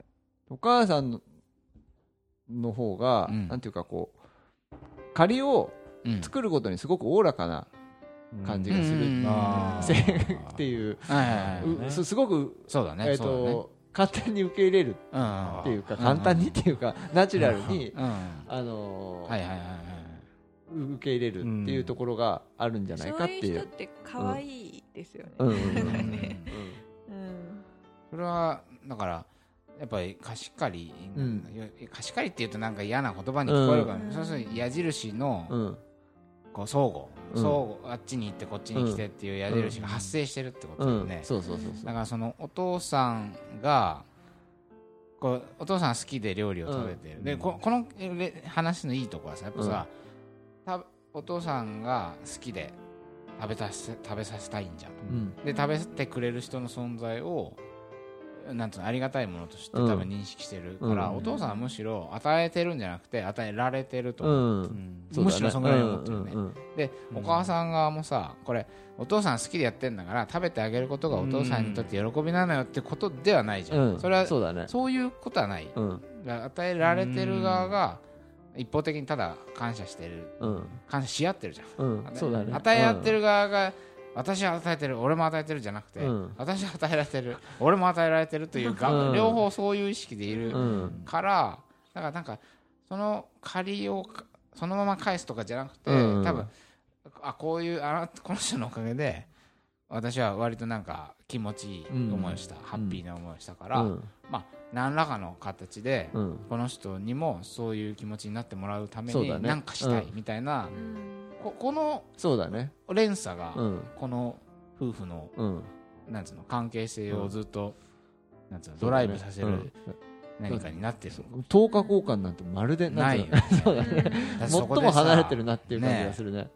Speaker 1: えーお母さんのの方が
Speaker 3: うん
Speaker 1: なんていうかこう仮を
Speaker 3: うん
Speaker 1: 作ることにすごくおおらかな
Speaker 2: うん
Speaker 1: 感じがする
Speaker 3: うん
Speaker 2: あー
Speaker 1: 性格っていう
Speaker 3: はいはいはいう
Speaker 2: ね
Speaker 1: うすすごく
Speaker 3: そうだね
Speaker 1: えっ
Speaker 3: そうだね
Speaker 1: と簡単に受け入れる
Speaker 3: うん
Speaker 1: っていうか
Speaker 3: うん
Speaker 1: 簡単にっていうかナチュラルに
Speaker 3: うん
Speaker 1: あのー
Speaker 3: はいはいはいは
Speaker 1: 受け入れるっていうところがあるんじゃないか
Speaker 4: そ
Speaker 1: っ
Speaker 4: う
Speaker 1: て
Speaker 4: いう
Speaker 1: い
Speaker 4: 人っ
Speaker 1: う。
Speaker 4: て可愛いですよね。
Speaker 1: うんうんう
Speaker 3: いうんん
Speaker 4: うん
Speaker 3: それはだからやっぱり貸し借り、
Speaker 1: うん
Speaker 3: 貸し借りっていうとなんか嫌な言葉に聞こえるから、
Speaker 4: うん
Speaker 3: そうすると矢印の
Speaker 1: うん
Speaker 3: こう相互、
Speaker 1: うん
Speaker 3: 相互あっちに行ってこっちに来てっていう矢印が発生してるってことだよね、
Speaker 1: そうそうそうそ
Speaker 3: だ
Speaker 1: う
Speaker 3: からそのお父さんがこうお父さん好きで料理を食べてる、
Speaker 2: うん
Speaker 3: でここのえれ話のいいとこはさやっぱさ、たお父さんが好きで食べたせ食べさせたいんじゃん
Speaker 1: うん
Speaker 3: で食べてくれる人の存在をなんつうのありがたいものとして
Speaker 1: うん
Speaker 3: 多分認識してるから、
Speaker 1: うん
Speaker 3: お父さんはむしろ与えてるんじゃなくて与えられてると
Speaker 1: う
Speaker 3: 思
Speaker 1: ん
Speaker 3: う、
Speaker 1: そうだね
Speaker 3: むしろそんぐらい思ってるよね、
Speaker 1: うんうん
Speaker 3: で
Speaker 2: うん
Speaker 3: お母さん側もさこれお父さん好きでやってんだから食べてあげることがお父さんにとって喜びなのよってことではないじゃ、
Speaker 1: うんん
Speaker 3: それは
Speaker 1: そうだね
Speaker 3: そういうことはない
Speaker 1: うん
Speaker 3: 与えられてる側が一方的にただ感謝してる
Speaker 1: うん
Speaker 3: 感謝し合ってるじゃん
Speaker 1: うんそうだね
Speaker 3: 与え合って
Speaker 1: る
Speaker 3: る側が、私は与えてる俺も与えてるじゃなくて、
Speaker 1: うん
Speaker 3: 私は与えられてる俺も与えられてるというか、
Speaker 1: うん
Speaker 3: 両方そういう意識でいうる
Speaker 1: ん
Speaker 3: から、だからなんかその借りをかそのまま返すとかじゃなくて、
Speaker 1: うん
Speaker 3: 多分あこういうあこの人のおかげで私は割となんか気持ちいい思いをした、ハッピーな思いをしたから、
Speaker 1: うん
Speaker 3: まあ何らかの形で、
Speaker 1: うん
Speaker 3: この人にもそういう気持ちになってもらうため
Speaker 1: そう
Speaker 3: に
Speaker 1: だね
Speaker 3: 何かしたいみたいな、
Speaker 4: うん
Speaker 3: ここの
Speaker 1: そうだね
Speaker 3: 連鎖が
Speaker 1: うん
Speaker 3: この夫婦の
Speaker 1: うん
Speaker 3: なんつうの関係性をずっとなんつうのドライブさせる何かになってる
Speaker 1: うん等価交換なんてまるで
Speaker 3: な
Speaker 1: ない
Speaker 3: いよ
Speaker 1: よ
Speaker 3: ね
Speaker 1: そうだね
Speaker 3: だって
Speaker 1: 最
Speaker 3: そこで
Speaker 1: も
Speaker 3: さ
Speaker 1: 離れてるなっていう感じがするね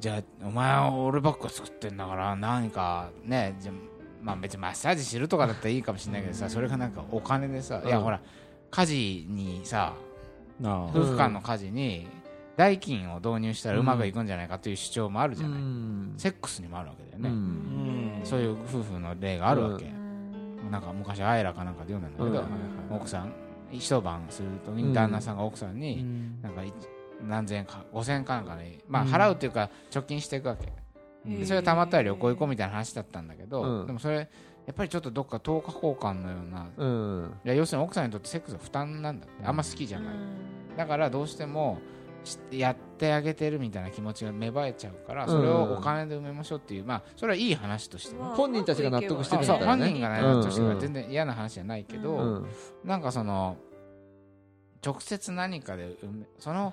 Speaker 3: じゃあお前は俺ばっか作ってんだから何かねじゃあまあ別にマッサージするとかだったらいいかもしれないけどさそれがなんかお金でさ、
Speaker 1: うん
Speaker 3: いやほら家事にさ
Speaker 2: あ
Speaker 1: う
Speaker 3: 夫
Speaker 1: ん
Speaker 3: 婦間の家事に代金を導入したらうまくいくんじゃないかという主張もあるじゃない、
Speaker 1: ん
Speaker 3: セックスにもあるわけだよ
Speaker 1: う
Speaker 3: ね、
Speaker 2: うんん
Speaker 3: そういう夫婦の例があるわけ、
Speaker 4: うん
Speaker 3: なんか昔アイラかなんかで読んだんだけど、
Speaker 2: うん
Speaker 3: 奥さん一晩すると旦那さんが奥さんに、なんかい何千円か5000円かなんかね、まあ、
Speaker 2: うん
Speaker 3: 払うっていうか貯金していくわけ、で それがたまったら旅行行こうみたいな話だったんだけど、
Speaker 1: うん
Speaker 3: でもそれやっぱりちょっとどっか等価交換のような、い
Speaker 1: うん
Speaker 3: や要するに奥さんにとってセックスは負担なんだってあんま好きじゃない、だからどうしてもしやってあげてるみたいな気持ちが芽生えちゃうからそれをお金で埋めましょうっていう、まあそれはいい話としてね、
Speaker 4: まあ
Speaker 1: 本人たちが納得して
Speaker 3: そ
Speaker 1: る
Speaker 3: うんそ
Speaker 1: だ
Speaker 3: う
Speaker 1: ったら
Speaker 3: 本
Speaker 1: ね
Speaker 3: 人がね、納得してるか
Speaker 1: う
Speaker 3: ら
Speaker 1: ん
Speaker 3: 全然嫌な話じゃないけど、
Speaker 4: う
Speaker 1: うん
Speaker 3: なんかその直接何かで埋めその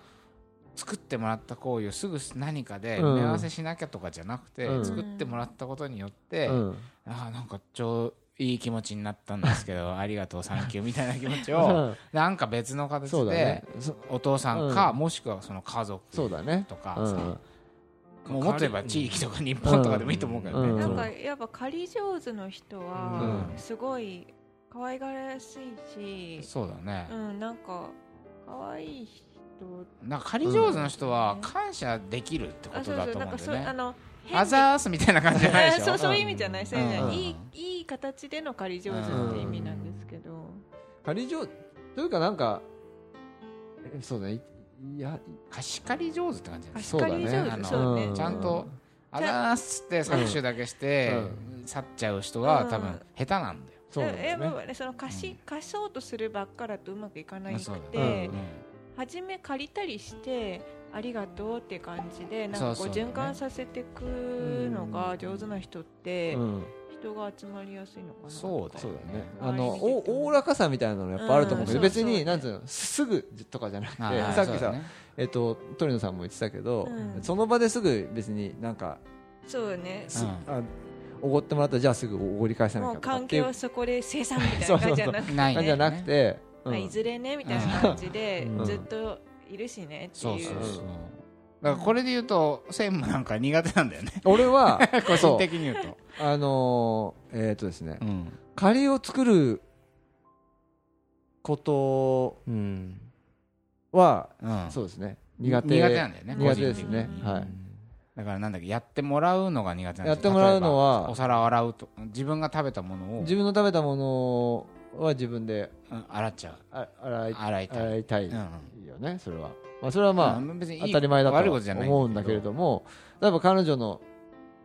Speaker 3: 作ってもらった行為をすぐ何かで
Speaker 1: うん
Speaker 3: 埋め合わせしなきゃとかじゃなくて、
Speaker 1: うん
Speaker 3: 作ってもらったことによって、
Speaker 1: うん
Speaker 3: ああなんかちょういい気持ちになったんですけ どありがとうサンキューみたいな気持ちを
Speaker 1: うん
Speaker 3: なんか別の形
Speaker 1: そうだ
Speaker 3: で
Speaker 1: ねそ
Speaker 3: お父さんか、
Speaker 1: う
Speaker 3: もしくはその家族
Speaker 1: そうだね
Speaker 3: とか
Speaker 1: う
Speaker 3: さ
Speaker 1: ん、
Speaker 3: もうもっと言えば地域とか日本とかでもいいと思うけどね、
Speaker 1: うん
Speaker 4: なんかやっぱ借り上手の人は
Speaker 1: うん
Speaker 4: すごい可愛がらしいし、
Speaker 3: そうだね
Speaker 4: う、ん、なんか可愛い人
Speaker 3: なんか借り上手の人は感謝できるってこ
Speaker 4: あ
Speaker 3: と
Speaker 4: そう
Speaker 3: だ
Speaker 4: そう
Speaker 3: と
Speaker 4: な
Speaker 3: 思う
Speaker 4: ん
Speaker 3: ん
Speaker 4: か
Speaker 3: だ
Speaker 4: そ
Speaker 3: よ
Speaker 4: う
Speaker 3: ね
Speaker 4: あの変
Speaker 3: アザースみたいな感じじゃないでしょ
Speaker 4: そうそういう意味じゃないそういう意味じゃない,、
Speaker 1: うん
Speaker 4: いいいい形での借り上手って意味なんですけど、
Speaker 1: 仮上というかなんかえそうだねいいや
Speaker 3: 貸し借り上手って感じじゃないで
Speaker 4: 貸
Speaker 3: す
Speaker 4: し借り上
Speaker 3: そうだ
Speaker 4: 手
Speaker 3: ね
Speaker 4: そうね
Speaker 1: あの
Speaker 3: ちゃんとアザースって搾取だけして去っちゃう人は多分下手なんだよ
Speaker 1: そうだ
Speaker 4: いや
Speaker 1: ね
Speaker 4: まあその貸し、
Speaker 3: うん
Speaker 4: 貸そうとするばっかだとうまくいかないく
Speaker 3: そう
Speaker 4: て、
Speaker 3: だ
Speaker 1: ね
Speaker 3: ね
Speaker 4: 初め借りたりしてありがとうって感じでなんか
Speaker 3: そ
Speaker 4: こ
Speaker 3: う
Speaker 4: う
Speaker 3: そうだね
Speaker 4: 循環させていくのが上手な人って
Speaker 1: うん
Speaker 4: 人が集まりやすいのかな
Speaker 3: そうだ
Speaker 1: そう
Speaker 3: よ
Speaker 1: だね
Speaker 3: ね
Speaker 1: あの
Speaker 4: はい
Speaker 1: おおおらかさみたいなのやっぱあると思うけど
Speaker 4: うん
Speaker 1: 別
Speaker 4: そうそ
Speaker 1: に
Speaker 4: う
Speaker 1: なんつうのすぐとかじゃなくて
Speaker 3: あー
Speaker 1: さっき
Speaker 3: そうだ
Speaker 1: さ
Speaker 3: ね
Speaker 1: えっと鳥野さんも言ってたけど
Speaker 4: うん
Speaker 1: その場ですぐ別になんか
Speaker 4: そうね
Speaker 1: す
Speaker 3: うん
Speaker 1: あおごってもらったらじゃあすぐおごり返さな
Speaker 4: も
Speaker 1: き
Speaker 4: う
Speaker 1: ゃとかっ
Speaker 4: 環
Speaker 1: てい
Speaker 4: 境
Speaker 1: う
Speaker 4: はそこで生産みたいな感じじゃなくて、
Speaker 3: な
Speaker 1: 感
Speaker 3: い
Speaker 1: じじゃなく
Speaker 3: ね
Speaker 1: てう
Speaker 4: まあ、
Speaker 1: ん
Speaker 4: いずれねみたいな感じで
Speaker 1: うん
Speaker 4: ずっといるしねって
Speaker 3: そう
Speaker 4: い
Speaker 3: そうう
Speaker 1: うん
Speaker 3: そうだからこれで言うと専務なんか苦手なんだよね
Speaker 1: 俺は そ
Speaker 3: 個人
Speaker 1: う
Speaker 3: 的に言うと
Speaker 1: あのーえっとですね
Speaker 3: うん
Speaker 1: カレーを作ること
Speaker 2: うん
Speaker 1: は
Speaker 3: うん
Speaker 1: そうですね苦手
Speaker 3: 苦手なんだよね
Speaker 1: 苦手です
Speaker 3: 個人
Speaker 1: ね
Speaker 3: 的に
Speaker 1: はい
Speaker 3: だからなんだっけやってもらうのが苦手なんですよ
Speaker 1: やってもらうのは
Speaker 3: 例えばお皿を洗うと自分が食べたものを
Speaker 1: 自分の食べたものは自分で
Speaker 3: うん洗っちゃ
Speaker 1: あ洗
Speaker 3: う
Speaker 1: い
Speaker 3: 洗いたい
Speaker 1: 洗いたい
Speaker 3: うんうん
Speaker 1: よねそれはまあそれはまあ
Speaker 3: うん別にいい
Speaker 1: 当たり前だ
Speaker 3: 悪いことじゃ
Speaker 1: と
Speaker 3: ない
Speaker 1: 思うんだけれども例えば彼女の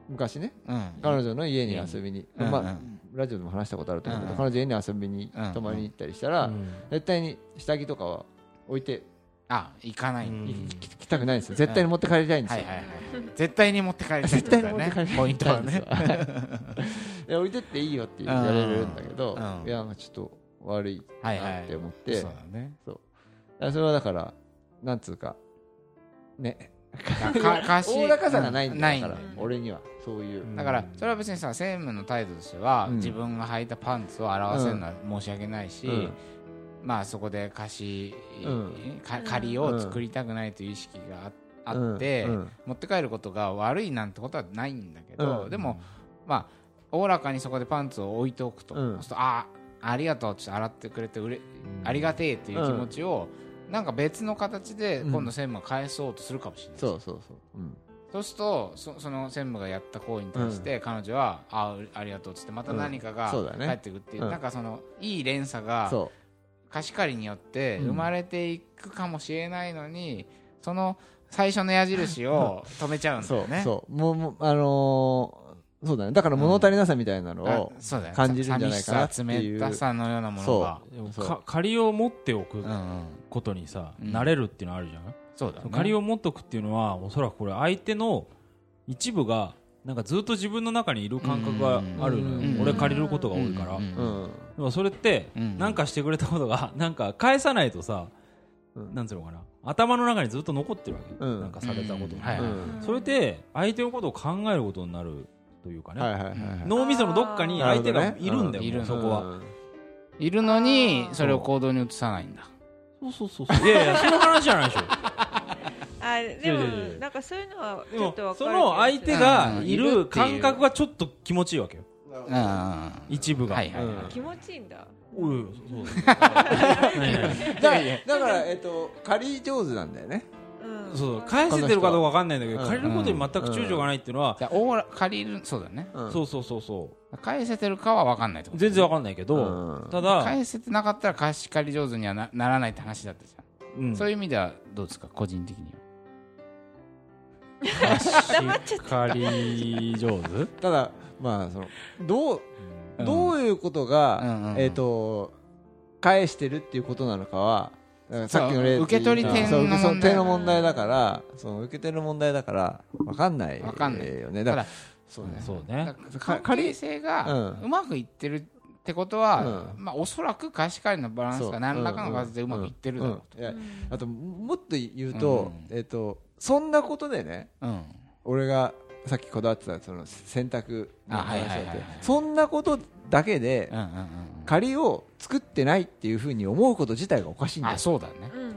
Speaker 1: 昔ね
Speaker 3: うん
Speaker 1: 彼女の家に遊びに
Speaker 3: うんうん
Speaker 1: まあラジオでも話したことあると思うけ
Speaker 3: うん
Speaker 1: ど彼女家に遊びに
Speaker 3: うん
Speaker 1: 泊まりに行ったりしたら
Speaker 2: うん
Speaker 1: 絶対に下着とかは置いて
Speaker 3: あ行かない、
Speaker 2: うん
Speaker 1: きたくないんですよ絶対に持って帰りたいんです
Speaker 3: はい
Speaker 1: よ
Speaker 3: はいはい絶対に持って帰 りたいって
Speaker 1: 絶
Speaker 3: こ
Speaker 1: 対
Speaker 3: と
Speaker 1: に
Speaker 3: だ
Speaker 1: 持っ
Speaker 3: よ
Speaker 1: て帰りた
Speaker 3: ね
Speaker 1: い
Speaker 3: ポイント はね
Speaker 1: いや置いてっていいよって言われるんだけど
Speaker 3: うん
Speaker 1: いやまあちょっと悪い
Speaker 3: はいは
Speaker 1: ないって思っ
Speaker 3: そう
Speaker 1: て
Speaker 3: だね
Speaker 1: いやそれはだからなんつうかね
Speaker 3: かかか し
Speaker 1: おおらかさがないんだよだから
Speaker 3: ないんだよ
Speaker 1: 俺にはそういう
Speaker 3: だからそれは別にさ専務の態度としては、
Speaker 1: うん
Speaker 3: 自分が履いたパンツを表せるのは申し訳ないし、
Speaker 1: うん
Speaker 3: まあそこで貸し、
Speaker 1: うん
Speaker 3: か借りを作りたくないという意識がああって、
Speaker 1: うんうん
Speaker 3: 持って帰ることが悪いなんてことはないんだけど、
Speaker 1: うん
Speaker 3: でもまあおおらかにそこでパンツを置いておくと、
Speaker 1: うん
Speaker 3: そうするとああありがとうって洗ってくれてうれありがてえっていう気持ちを、なんか別の形で今度専務が返そうとするかもしれない、
Speaker 1: そうそうそううん
Speaker 3: そうするとそその専務がやった行為に対して彼女は、あありがとうっつってまた何かが
Speaker 1: うんそうだね
Speaker 3: 返ってくっていう,、
Speaker 1: うん
Speaker 3: なんかそのいい連鎖が
Speaker 1: そ
Speaker 3: 貸し借りによって
Speaker 1: うん
Speaker 3: 生まれていくかもしれないのに、その最初の矢印を止めちゃう
Speaker 1: うん
Speaker 3: だ
Speaker 1: そ
Speaker 3: よね
Speaker 1: う。そうもうもうあのーそうだねだから物足りなさみたいなの
Speaker 3: あ
Speaker 1: を
Speaker 3: そうだね
Speaker 1: 感じるんじゃないかなっていう
Speaker 3: 寂しさ冷たさのようなものが
Speaker 2: でも
Speaker 1: そう
Speaker 2: か借りを持っておく
Speaker 3: うんうん
Speaker 2: ことにさ、
Speaker 3: うん
Speaker 2: 慣れるっていうのはあるじゃん、
Speaker 3: そうだね
Speaker 2: 借りを持っておくっていうのはおそらくこれ相手の一部がなんかずっと自分の中にいる感覚があるのよ、
Speaker 1: うん
Speaker 2: 俺借りることが多いから、
Speaker 3: うんうん
Speaker 1: う
Speaker 3: うん
Speaker 1: ん
Speaker 2: でもそれって
Speaker 3: うん
Speaker 2: なんかしてくれたことが なんか返さないとさ、
Speaker 1: うん
Speaker 2: なんつうのかな頭の中にずっと残ってるわけ、
Speaker 1: うん
Speaker 2: なんかされたことが、
Speaker 3: うんはい
Speaker 1: うん
Speaker 3: はい
Speaker 1: うん
Speaker 2: それで相手のことを考えることになるというかね、
Speaker 1: はいはいはいはい
Speaker 2: 脳みそのどっかに相手がいるんだよ、
Speaker 3: なるほどねうん
Speaker 2: もうそこは。
Speaker 3: いるのにそれを行動に移さないんだ
Speaker 2: そうそう そうそういやいやその話じゃないでしょ
Speaker 4: あで
Speaker 2: いやいやいやい
Speaker 4: も
Speaker 2: や
Speaker 4: なんかそういうのは
Speaker 2: で
Speaker 4: ちょっと
Speaker 2: も
Speaker 4: わか
Speaker 2: そ
Speaker 4: る
Speaker 2: の相手がい
Speaker 3: うんいるっ
Speaker 2: る
Speaker 3: てい
Speaker 2: 感
Speaker 3: う
Speaker 2: 覚がちょっと気持ちいいわけよ
Speaker 3: うんはい
Speaker 2: 一部が、
Speaker 3: はいはい
Speaker 1: うん
Speaker 4: 気持ちいいんだ
Speaker 2: おいそうだ何
Speaker 1: だ
Speaker 2: 々
Speaker 1: からだからえっと借り上手なんだよね
Speaker 4: うん
Speaker 2: そう返せてるかどうかわかんないんだけど、
Speaker 1: うん
Speaker 2: 借りることに全く躊躇がないっていうのは、
Speaker 3: じゃあオーラ借りるそうだね
Speaker 2: そうそうそうそ
Speaker 3: 返せてるかは分かんないってこ
Speaker 2: う
Speaker 3: と
Speaker 2: 全然わかんないけど、
Speaker 1: うん
Speaker 2: ただ、
Speaker 3: 返せてなかったら貸し借り上手にはなならないって話だったじゃん、
Speaker 2: うん
Speaker 3: そういう意味ではどうですか個人的には
Speaker 2: しっかり上手、
Speaker 1: ただまあそのどう
Speaker 3: うん
Speaker 1: どういうことが、
Speaker 3: うんうんうん
Speaker 1: えっ、と返してるっていうことなのかはだからさっきの例で言う
Speaker 3: そう受け取り手の
Speaker 1: そう受け
Speaker 3: 問題
Speaker 1: 手の問題だからその受け手の問題だから分かんない
Speaker 3: わかんない
Speaker 1: よねだから
Speaker 3: ただ
Speaker 1: そうね
Speaker 2: そう
Speaker 3: だ
Speaker 2: ね
Speaker 3: から関係性が
Speaker 1: うん
Speaker 3: うまくいってるってことは、
Speaker 1: う
Speaker 3: まあ、おそらく貸し借りのバランス
Speaker 1: そ
Speaker 3: が
Speaker 1: う
Speaker 3: 何らかの形でうまくいってるだろうと、
Speaker 1: うんいや
Speaker 4: うん
Speaker 1: あともっと言うと、
Speaker 3: う
Speaker 1: えっ、とそんなことでね
Speaker 3: うん
Speaker 1: 俺がさっきこだわってたその選択の話
Speaker 3: あは
Speaker 1: だ
Speaker 3: いは
Speaker 1: っ
Speaker 3: いはい
Speaker 1: て
Speaker 3: はい
Speaker 1: そんなことだけで
Speaker 3: うんうんうん
Speaker 1: 借りを作ってないっていうふうに思うこと自体がおかしいんだ
Speaker 3: あ
Speaker 1: よ
Speaker 3: そうだね
Speaker 4: うんうん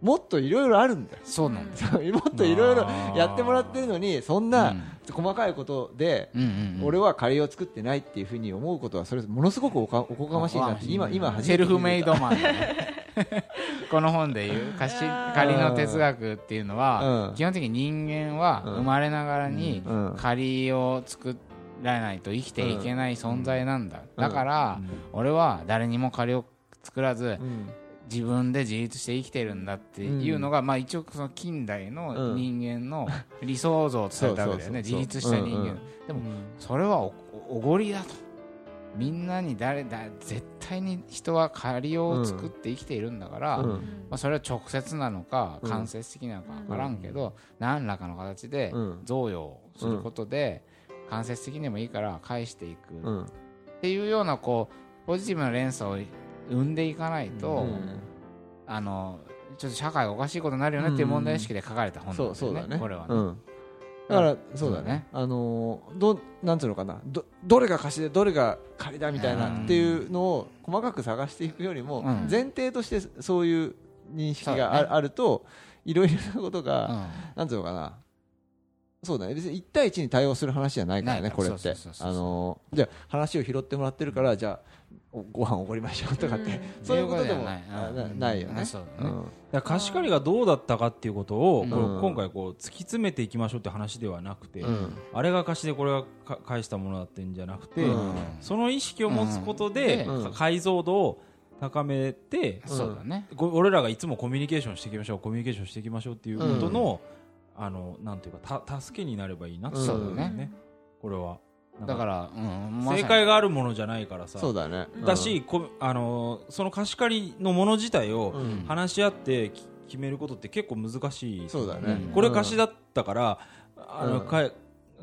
Speaker 1: もっといろいろあるんだよ
Speaker 3: そうなんだ
Speaker 1: もっといろいろやってもらってるのにそん
Speaker 3: う
Speaker 1: なん細かいことで
Speaker 3: うんうんうん
Speaker 1: 俺は借りを作ってないっていうふうに思うことはそれものすごくおかおこがましいなって今今初めて
Speaker 3: セルフメイド
Speaker 1: ン
Speaker 3: マンだね この本でいう貸し借りの哲学っていうのは、
Speaker 1: うん
Speaker 3: 基本的に人間は
Speaker 1: うん
Speaker 3: 生まれながらに
Speaker 1: うん
Speaker 3: 借りを作らないと生きていけない存在なんだ、
Speaker 1: うん
Speaker 3: だから、俺は誰にも借りを作らず
Speaker 1: うん
Speaker 3: 自分で自立して生きてるんだっていうのが、まあ一応その近代の人間の理想像とされたわけだよね
Speaker 1: そう
Speaker 3: 自
Speaker 1: そうそう
Speaker 3: 立した人間、
Speaker 1: うんうん
Speaker 3: でもそれはおおおごりだとみんなに誰だ絶対に人は借りを作って生きているんだから、
Speaker 1: う
Speaker 3: ま
Speaker 1: ん
Speaker 3: あ、それは直接なのか
Speaker 1: うん
Speaker 3: 間接的なのか分からんけど、何らかの形で
Speaker 1: うん
Speaker 3: 贈与することで、間接的にもいいから返していく
Speaker 1: う
Speaker 3: っ
Speaker 1: ん
Speaker 3: ていうようなこうポジティブな連鎖を生んでいかないと、
Speaker 1: うん
Speaker 3: あのちょっと社会がおかしいことになるよねっていう問題意識で書かれた本なんだ
Speaker 1: そ
Speaker 3: よ
Speaker 1: う
Speaker 3: ね,、
Speaker 1: そうだね
Speaker 3: これはね。
Speaker 1: うんだからそうだ
Speaker 3: そうだね
Speaker 1: ねあのーどなんつうのかなどどれが貸しでどれが借りだみたいな
Speaker 3: うん
Speaker 1: っていうのを細かく探していくよりも
Speaker 3: うん
Speaker 1: 前提としてそういう認識が
Speaker 3: そうだね
Speaker 1: ああるといろいろなこと
Speaker 3: う
Speaker 1: が
Speaker 3: ん
Speaker 1: なんつうのかなそうだね別に1対1に対応する話じゃないから
Speaker 3: ない
Speaker 1: ね
Speaker 3: から
Speaker 1: これっ
Speaker 3: そう
Speaker 1: て
Speaker 3: そうそうそう
Speaker 1: あのーじゃあ話を拾ってもらってるからじゃあおご飯おごりましょうとかってそういうことでも
Speaker 3: そういうことでは
Speaker 1: あ
Speaker 3: ない
Speaker 1: な
Speaker 3: うん
Speaker 1: ないよ
Speaker 3: うん
Speaker 1: ね
Speaker 3: そうだ
Speaker 1: う
Speaker 3: ね
Speaker 1: ん
Speaker 2: だから貸し借りがどうだったかっていうことを、
Speaker 3: うん
Speaker 2: こう今回こう突き詰めていきましょうって話ではなくて、
Speaker 1: うん
Speaker 2: あれが貸しでこれがか返したものだってんじゃなくて、
Speaker 1: うん
Speaker 2: その意識を持つことで、
Speaker 3: うん
Speaker 2: か解像度を高めて、
Speaker 3: そうだね。
Speaker 2: こ俺らがいつもコミュニケーションしていきましょうコミュニケーションしていきましょうっていうことの、あのなんていうかた助けになればいいなって
Speaker 1: そう
Speaker 2: 思
Speaker 3: だ
Speaker 4: ね
Speaker 2: これは
Speaker 3: だからら、うん、
Speaker 2: 正
Speaker 3: が
Speaker 2: 解があるものじゃないからさ
Speaker 1: そうだね
Speaker 4: うん
Speaker 2: だし、こあのその貸し借りのもの自体
Speaker 1: う
Speaker 2: を
Speaker 1: ん
Speaker 2: 話し合ってき決めることって結構難しい
Speaker 1: そうだね
Speaker 3: うん
Speaker 2: これ貸し
Speaker 1: だ
Speaker 2: だったから、あの
Speaker 1: うん
Speaker 2: かえ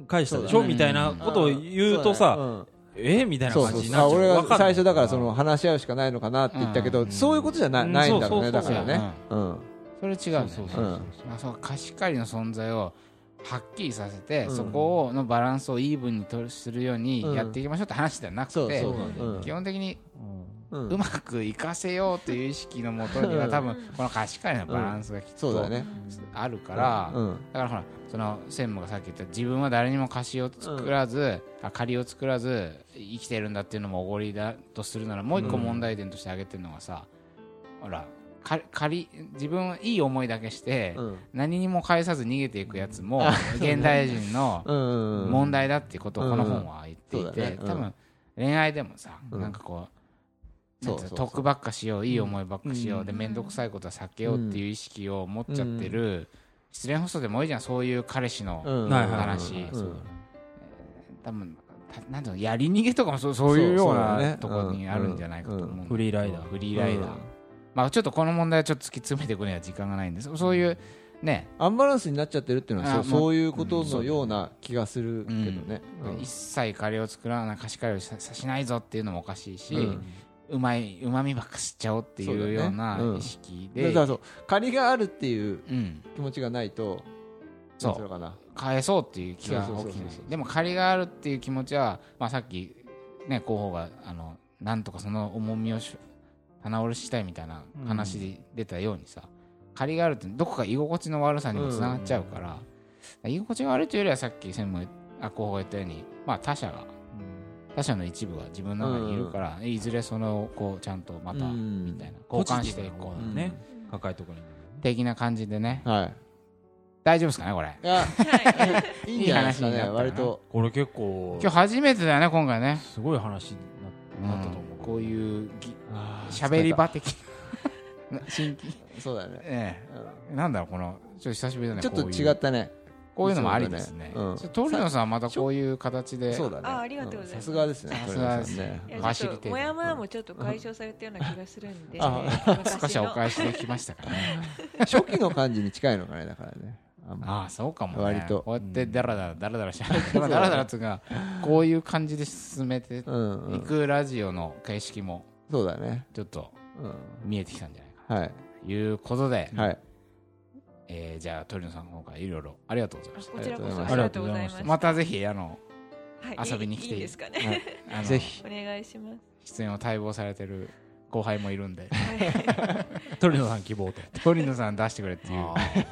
Speaker 2: 返したでし
Speaker 1: そ
Speaker 2: ょ、
Speaker 1: うだね
Speaker 2: みたいなことを言うとさ、
Speaker 1: ん
Speaker 2: えみたいな
Speaker 1: そう
Speaker 2: 感
Speaker 1: そ
Speaker 2: じ
Speaker 1: う
Speaker 2: に
Speaker 1: そう
Speaker 2: な
Speaker 1: あ
Speaker 2: っちゃう
Speaker 1: 俺
Speaker 2: わ
Speaker 1: が
Speaker 2: かんない
Speaker 1: 最初だからその話し合うしかないのかなって言ったけど、
Speaker 3: うん
Speaker 1: そういうことじゃな,、
Speaker 2: うん
Speaker 1: ないんだろう
Speaker 2: そ
Speaker 1: ね
Speaker 2: うそう
Speaker 1: だ
Speaker 2: そ
Speaker 1: か
Speaker 2: う
Speaker 1: らねうん
Speaker 3: それ違うんだよね
Speaker 2: そうそう
Speaker 1: う
Speaker 2: そ
Speaker 1: ん
Speaker 2: うそう
Speaker 3: あそう貸し借りの存在をはっきりさせて、
Speaker 1: うん
Speaker 3: そこのバランスをイーブンにとるするようにやっていきましょうって話ではなくて、
Speaker 1: そうそう
Speaker 2: で
Speaker 1: うん
Speaker 3: 基本的に
Speaker 1: うん
Speaker 3: うまくいかせようという意識のもとには多分
Speaker 4: うん
Speaker 3: この貸し借りのバランスがきっ
Speaker 1: そうだ
Speaker 3: と
Speaker 1: ね
Speaker 3: あるから、
Speaker 1: うん
Speaker 3: だからほらその専務がさっき言った自分は誰にも貸しを作らず、あ借りを作らず生きてるんだっていうのもおごりだとするならもう一個
Speaker 1: うん
Speaker 3: 問題点として挙げてるのがさ、ほらか借り自分はいい思いだけして、
Speaker 1: うん
Speaker 3: 何にも返さず逃げていくやつも現代人の
Speaker 1: うんうん
Speaker 3: 問題だっていうことをこの本は言ってい
Speaker 1: うんそうだ
Speaker 3: て
Speaker 1: ねうん
Speaker 3: 多分恋愛でもさ
Speaker 1: うん
Speaker 3: なんかこう
Speaker 1: そ
Speaker 3: な
Speaker 1: うんそう
Speaker 3: か
Speaker 1: そう
Speaker 3: 得ばっかしよういい思いばっかしよ
Speaker 1: う
Speaker 3: うんで面倒くさいことは避けようっていう意識を持っちゃってる失恋放送でもいいじゃんそういう彼氏の
Speaker 1: うん
Speaker 2: ない
Speaker 3: 話
Speaker 2: うん
Speaker 1: うん
Speaker 3: 多分たなんていうのやり逃げとかもそうそういうよう
Speaker 1: そうそうだ
Speaker 3: な
Speaker 1: ね
Speaker 3: ところにあるんじゃないかと思うんだけど
Speaker 2: フリーライダー
Speaker 3: フリーライダーまあちょっとこの問題はちょっと突き詰めていくには時間がないんですそういうね
Speaker 1: アンバランスになっちゃってるっていうのは
Speaker 3: あ
Speaker 1: そう
Speaker 3: まあ
Speaker 1: そういうことのような気がするけどねうん
Speaker 3: 一切借りを作らない貸し借りをささしないぞっていうのもおかしいし、う
Speaker 1: うん
Speaker 3: まいうまみばっか吸っちゃおうって
Speaker 1: そうだ
Speaker 3: いう
Speaker 1: ね
Speaker 3: ような
Speaker 1: うん
Speaker 3: 意識
Speaker 1: だ
Speaker 3: で、
Speaker 1: からそう借りがあるっていう
Speaker 3: うん
Speaker 1: 気持ちがないと
Speaker 3: そう
Speaker 1: なんつうのかな
Speaker 3: 返そうっていう気が
Speaker 1: そう
Speaker 3: 大
Speaker 1: そう
Speaker 3: きい
Speaker 1: そう
Speaker 3: ね
Speaker 1: そう
Speaker 3: でも借りがあるっていう気持ちは、まあ、さっき、ね、広報があのなんとかその重みをし棚卸ししたいみたいな話で出たようにさ、借りがあるってどこか居心地の悪さにもつながっちゃうから,、居心地が悪いというよりはさっき専務あ広報が言ったように、まあ、他者が他者の一部が自分の中にいるから、いずれそれをこうちゃんとまたみたいな、
Speaker 2: ポ
Speaker 3: 交
Speaker 2: ジティブ
Speaker 3: 換してい
Speaker 2: な
Speaker 3: こう
Speaker 2: 方だね、抱えとこに
Speaker 3: 的な感じでね
Speaker 1: はい
Speaker 3: 大丈夫ですかねこれ
Speaker 1: いやいいんじゃないですか
Speaker 3: いい話になった
Speaker 1: ね
Speaker 3: な
Speaker 1: 割と
Speaker 2: これ結構
Speaker 3: 今日初めてだよね今回ね
Speaker 2: すごい話にななったと思う、
Speaker 3: んこう
Speaker 2: う
Speaker 3: いうぎ
Speaker 1: あー
Speaker 3: 喋り場的な 新規
Speaker 1: そうだね
Speaker 3: ええなんだろうこのちょっと久しぶりだ
Speaker 1: うん
Speaker 3: ね
Speaker 1: ちょっ
Speaker 3: ことういう
Speaker 1: 違ったね
Speaker 3: こういうのもありですね
Speaker 1: そうだねうん
Speaker 3: ちょっと鳥野さんまたこういう形で
Speaker 1: そうだね
Speaker 4: あありがとうござ
Speaker 1: ん
Speaker 4: います
Speaker 1: さすがですね
Speaker 3: さすがです
Speaker 1: 鳥野さんね
Speaker 4: い
Speaker 3: や
Speaker 4: やちょ
Speaker 3: ファシリ
Speaker 4: っ
Speaker 3: テーター
Speaker 4: ともやもやもちょっと解消されたような気がするんで、
Speaker 1: あ
Speaker 4: 私
Speaker 3: 少しはお
Speaker 4: の
Speaker 3: 返しできましたからね
Speaker 1: 初期の感じに近いのかねだからねあんま
Speaker 3: ああそうかもね
Speaker 1: 割と
Speaker 3: こうやってダラダラダラダラしゃべダラダラっつうかこういう感じで進めて
Speaker 1: うんう
Speaker 3: い
Speaker 1: ん
Speaker 3: くラジオの形式も
Speaker 1: そうだね
Speaker 3: ちょっと
Speaker 1: うん
Speaker 3: 見えてきたんじゃないか
Speaker 1: はい
Speaker 3: ということで、
Speaker 1: はい
Speaker 3: えーじゃあ鳥野さん今回いろいろありがとうございまし
Speaker 4: こちらこそ
Speaker 1: あ
Speaker 4: あ
Speaker 1: り
Speaker 4: り
Speaker 2: がと
Speaker 4: がと
Speaker 2: う
Speaker 4: う
Speaker 2: ご
Speaker 4: ご
Speaker 2: ざいま
Speaker 4: ざいま
Speaker 2: し
Speaker 4: したた。
Speaker 3: たまたぜひあの
Speaker 4: はい
Speaker 3: 遊びに来ていい
Speaker 4: いいですかね。
Speaker 3: あの
Speaker 1: ぜひ
Speaker 4: お願いします。
Speaker 3: 出演を待望されてる後輩もいるん で
Speaker 2: 鳥野さん希望と
Speaker 3: 鳥野さん出してくれっていう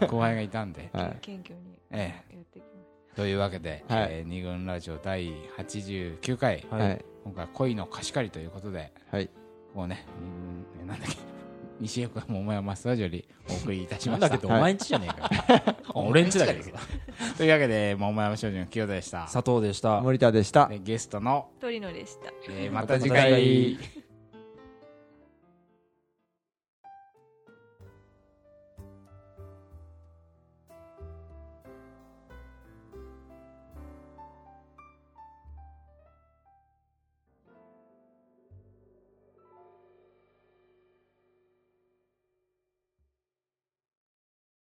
Speaker 3: 後輩がいたんで、
Speaker 1: はい
Speaker 4: 謙虚に
Speaker 3: え
Speaker 4: やっていきま
Speaker 3: え、 というわけで、
Speaker 1: はい
Speaker 3: えー二軍ラジオ第89回、
Speaker 2: は
Speaker 1: はいい
Speaker 3: 今回は恋の貸し借りということで
Speaker 1: はい
Speaker 3: もうね二軍えなんだっけ西岡桃山スタジオよりお送りいたし
Speaker 2: な
Speaker 3: ま
Speaker 2: ん
Speaker 3: した
Speaker 2: だけどお
Speaker 1: はい
Speaker 2: 前んちじゃねえか 俺んちだけどさ
Speaker 3: というわけで桃山少女の清田でした
Speaker 2: 佐藤でした
Speaker 1: 森田でした
Speaker 3: でゲストの、
Speaker 4: す。鳥野でした。
Speaker 3: えー
Speaker 1: ま
Speaker 3: ま
Speaker 1: た
Speaker 3: た
Speaker 1: 次
Speaker 3: 次
Speaker 1: 回
Speaker 3: 回